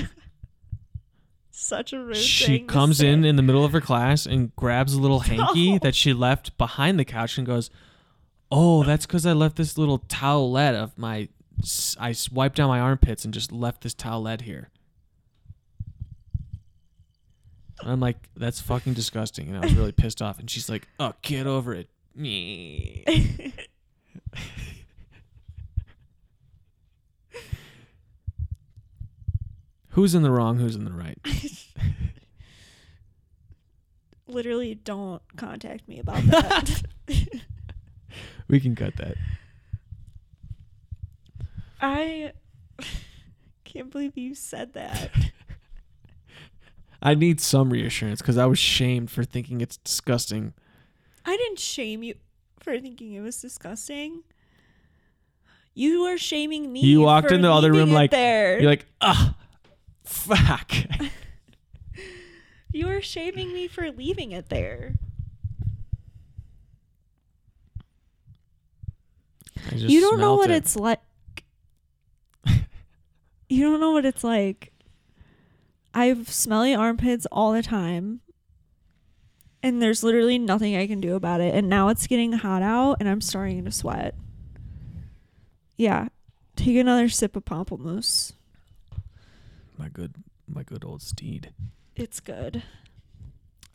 A: Such a rude
B: she
A: thing to
B: comes in
A: say.
B: in the middle of her class and grabs a
A: [LAUGHS]
B: little hanky
A: No.
B: that she left behind the couch and goes, "Oh, that's because I left this little towelette of my. s- I s- wiped down my armpits and just left this towelette here." And I'm like, "That's fucking disgusting," and I was really pissed off. And she's like, "Oh, get over it."
A: [LAUGHS]
B: Me. Who's in the wrong? Who's in the right?
A: Literally, don't contact me about
B: [LAUGHS]
A: that.
B: We can cut that.
A: I can't believe you said that.
B: I need some reassurance because I was shamed for thinking it's disgusting.
A: I didn't shame you for thinking it was disgusting. You were shaming me.
B: You walked
A: for
B: in the other
A: leaving
B: room
A: it
B: like-
A: there.
B: You're like, ah, fuck. [LAUGHS]
A: you were shaming me for leaving it there. you don't know what it's like. [LAUGHS] you don't know what it's like. I have smelly armpits all the time. And there's literally nothing I can do about it. And now it's getting hot out and I'm starting to sweat. Yeah. Take another sip of pamplemousse.
B: my good, my good old steed.
A: It's good.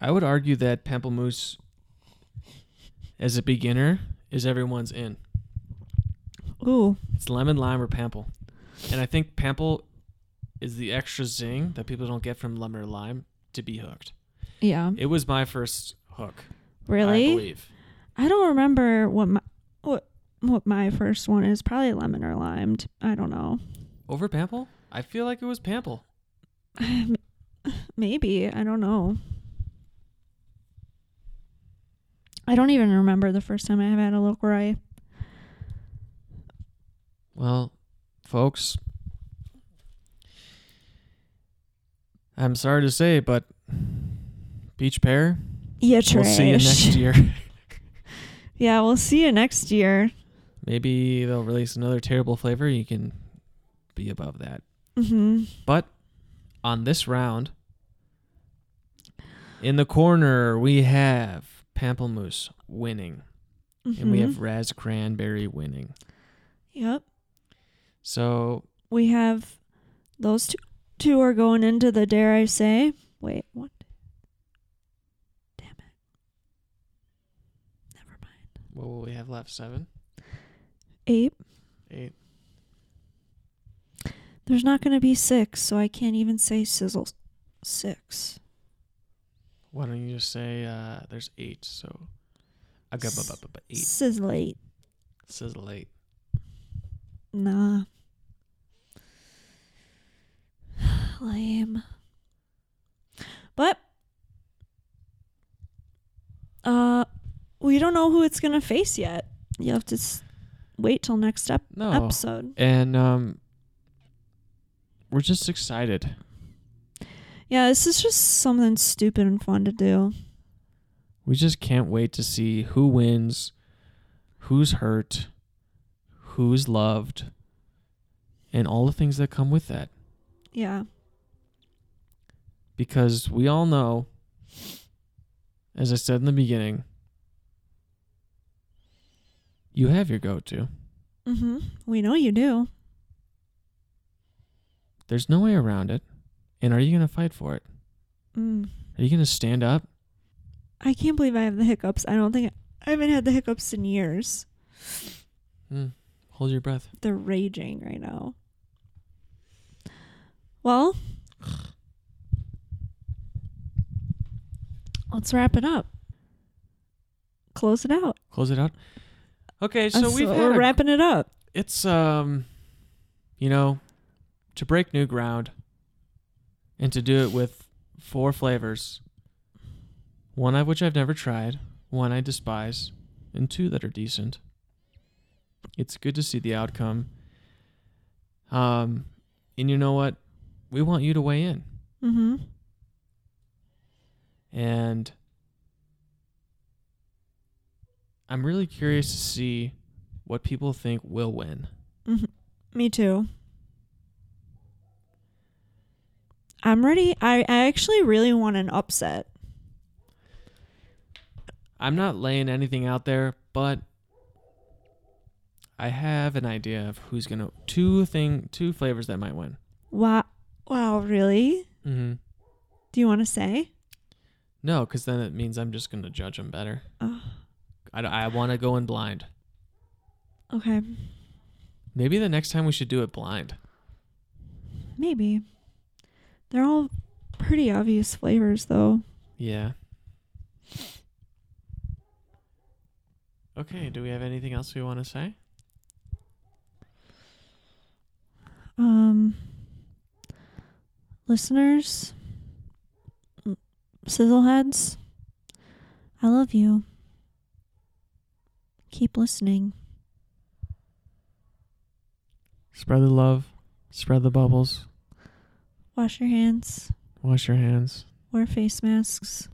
B: I would argue that pamplemousse, as a beginner, is everyone's in.
A: Ooh.
B: It's lemon, lime, or pample, and I think pample is the extra zing that people don't get from lemon or lime to be hooked.
A: Yeah.
B: It was my first hook. I
A: Really?
B: believe.
A: I, don't remember what my what what my first one is. Probably lemon or limed. I don't know.
B: Over pample, I feel like it was pample.
A: Maybe. I don't know. I don't even remember the first time I had a LaCroix.
B: Well, folks, I'm sorry to say, but Peach Pear,
A: Yeah, trash.
B: we'll see you next
A: [LAUGHS]
B: year. [LAUGHS]
A: Yeah, we'll see you next year.
B: Maybe they'll release another terrible flavor. You can be above that.
A: hmm
B: But on this round, in the corner, we have Pamplemousse winning, and
A: Mm-hmm.
B: we have Raz Cranberry winning.
A: Yep.
B: So
A: We have those two. Two are going into the dare I say. Wait, what? Damn it. Never mind.
B: what will we have left? Seven,
A: Eight.
B: eight.
A: There's not going to be six, so I can't even say sizzle s- six.
B: Why don't you just say uh, there's eight? So I got
A: S-
B: eight.
A: Sizzle eight.
B: Sizzle eight.
A: Nah. [SIGHS] Lame. But uh we don't know who it's gonna face yet. You have to s- wait till next ep-
B: No.
A: episode.
B: And um, we're just excited.
A: Yeah, this is just something stupid and fun to do.
B: We just can't wait to see who wins, who's hurt, who's loved, and all the things that come with that.
A: Yeah.
B: Because we all know, as I said in the beginning, you have your go to.
A: Mm-hmm. We know you do.
B: There's no way around it. And are you going to fight for it?
A: Mm.
B: Are you going to stand up
A: I can't believe I have the hiccups. I don't think I haven't had the hiccups in years.
B: Mm. Hold your breath.
A: They're raging right now. Well, let's wrap it up. Close it out.
B: Close it out. Okay, so
A: That's-
B: we've had
A: we're
B: a-
A: wrapping it up.
B: it's um, you know, to break new ground, and to do it with four flavors One of which I've never tried, one I despise, and two that are decent. It's good to see the outcome. Um, and you know what? We want you to weigh in.
A: Mm-hmm.
B: And I'm really curious to see what people think will win.
A: Me too. I'm ready. I, I actually really want an upset.
B: I'm not laying anything out there, but I have an idea of who's gonna two thing two flavors that might win.
A: Wow. Wow, really?
B: Mm-hmm.
A: Do you want to say?
B: No, because then it means I'm just gonna judge them better.
A: Oh,
B: I, I want to go in blind.
A: okay.
B: Maybe the next time we should do it blind.
A: Maybe. They're all pretty obvious flavors, though.
B: Yeah. Okay. Do we have anything else we want to say?
A: Um, listeners, m- sizzleheads, I love you. Keep listening.
B: Spread the love. Spread the bubbles.
A: Wash your hands.
B: Wash your hands.
A: Wear face masks.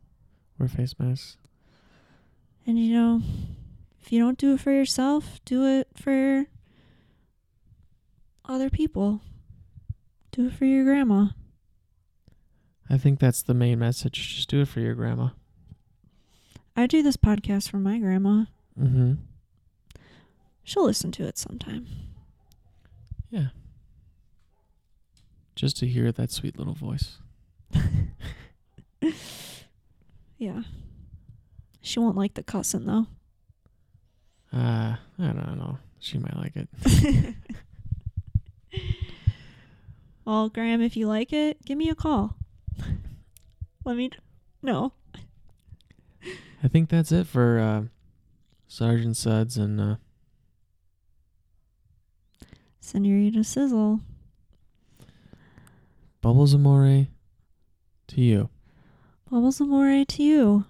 B: Wear face masks.
A: And you know, if you don't do it for yourself, do it for other people. Do it for your grandma.
B: I think that's the main message. Just do it for your grandma.
A: I do this podcast for my grandma.
B: Mm-hmm.
A: She'll listen to it sometime.
B: Yeah. Just to hear that sweet little voice.
A: Yeah. She won't like the cussing though.
B: Uh, I don't know. She might like it.
A: Well, Graham, if you like it, give me a call. Let me know.
B: I think that's it for uh, Sergeant Suds and uh,
A: Senorita Sizzle.
B: Bubbles Amore to you.
A: Bubbles Amore to you.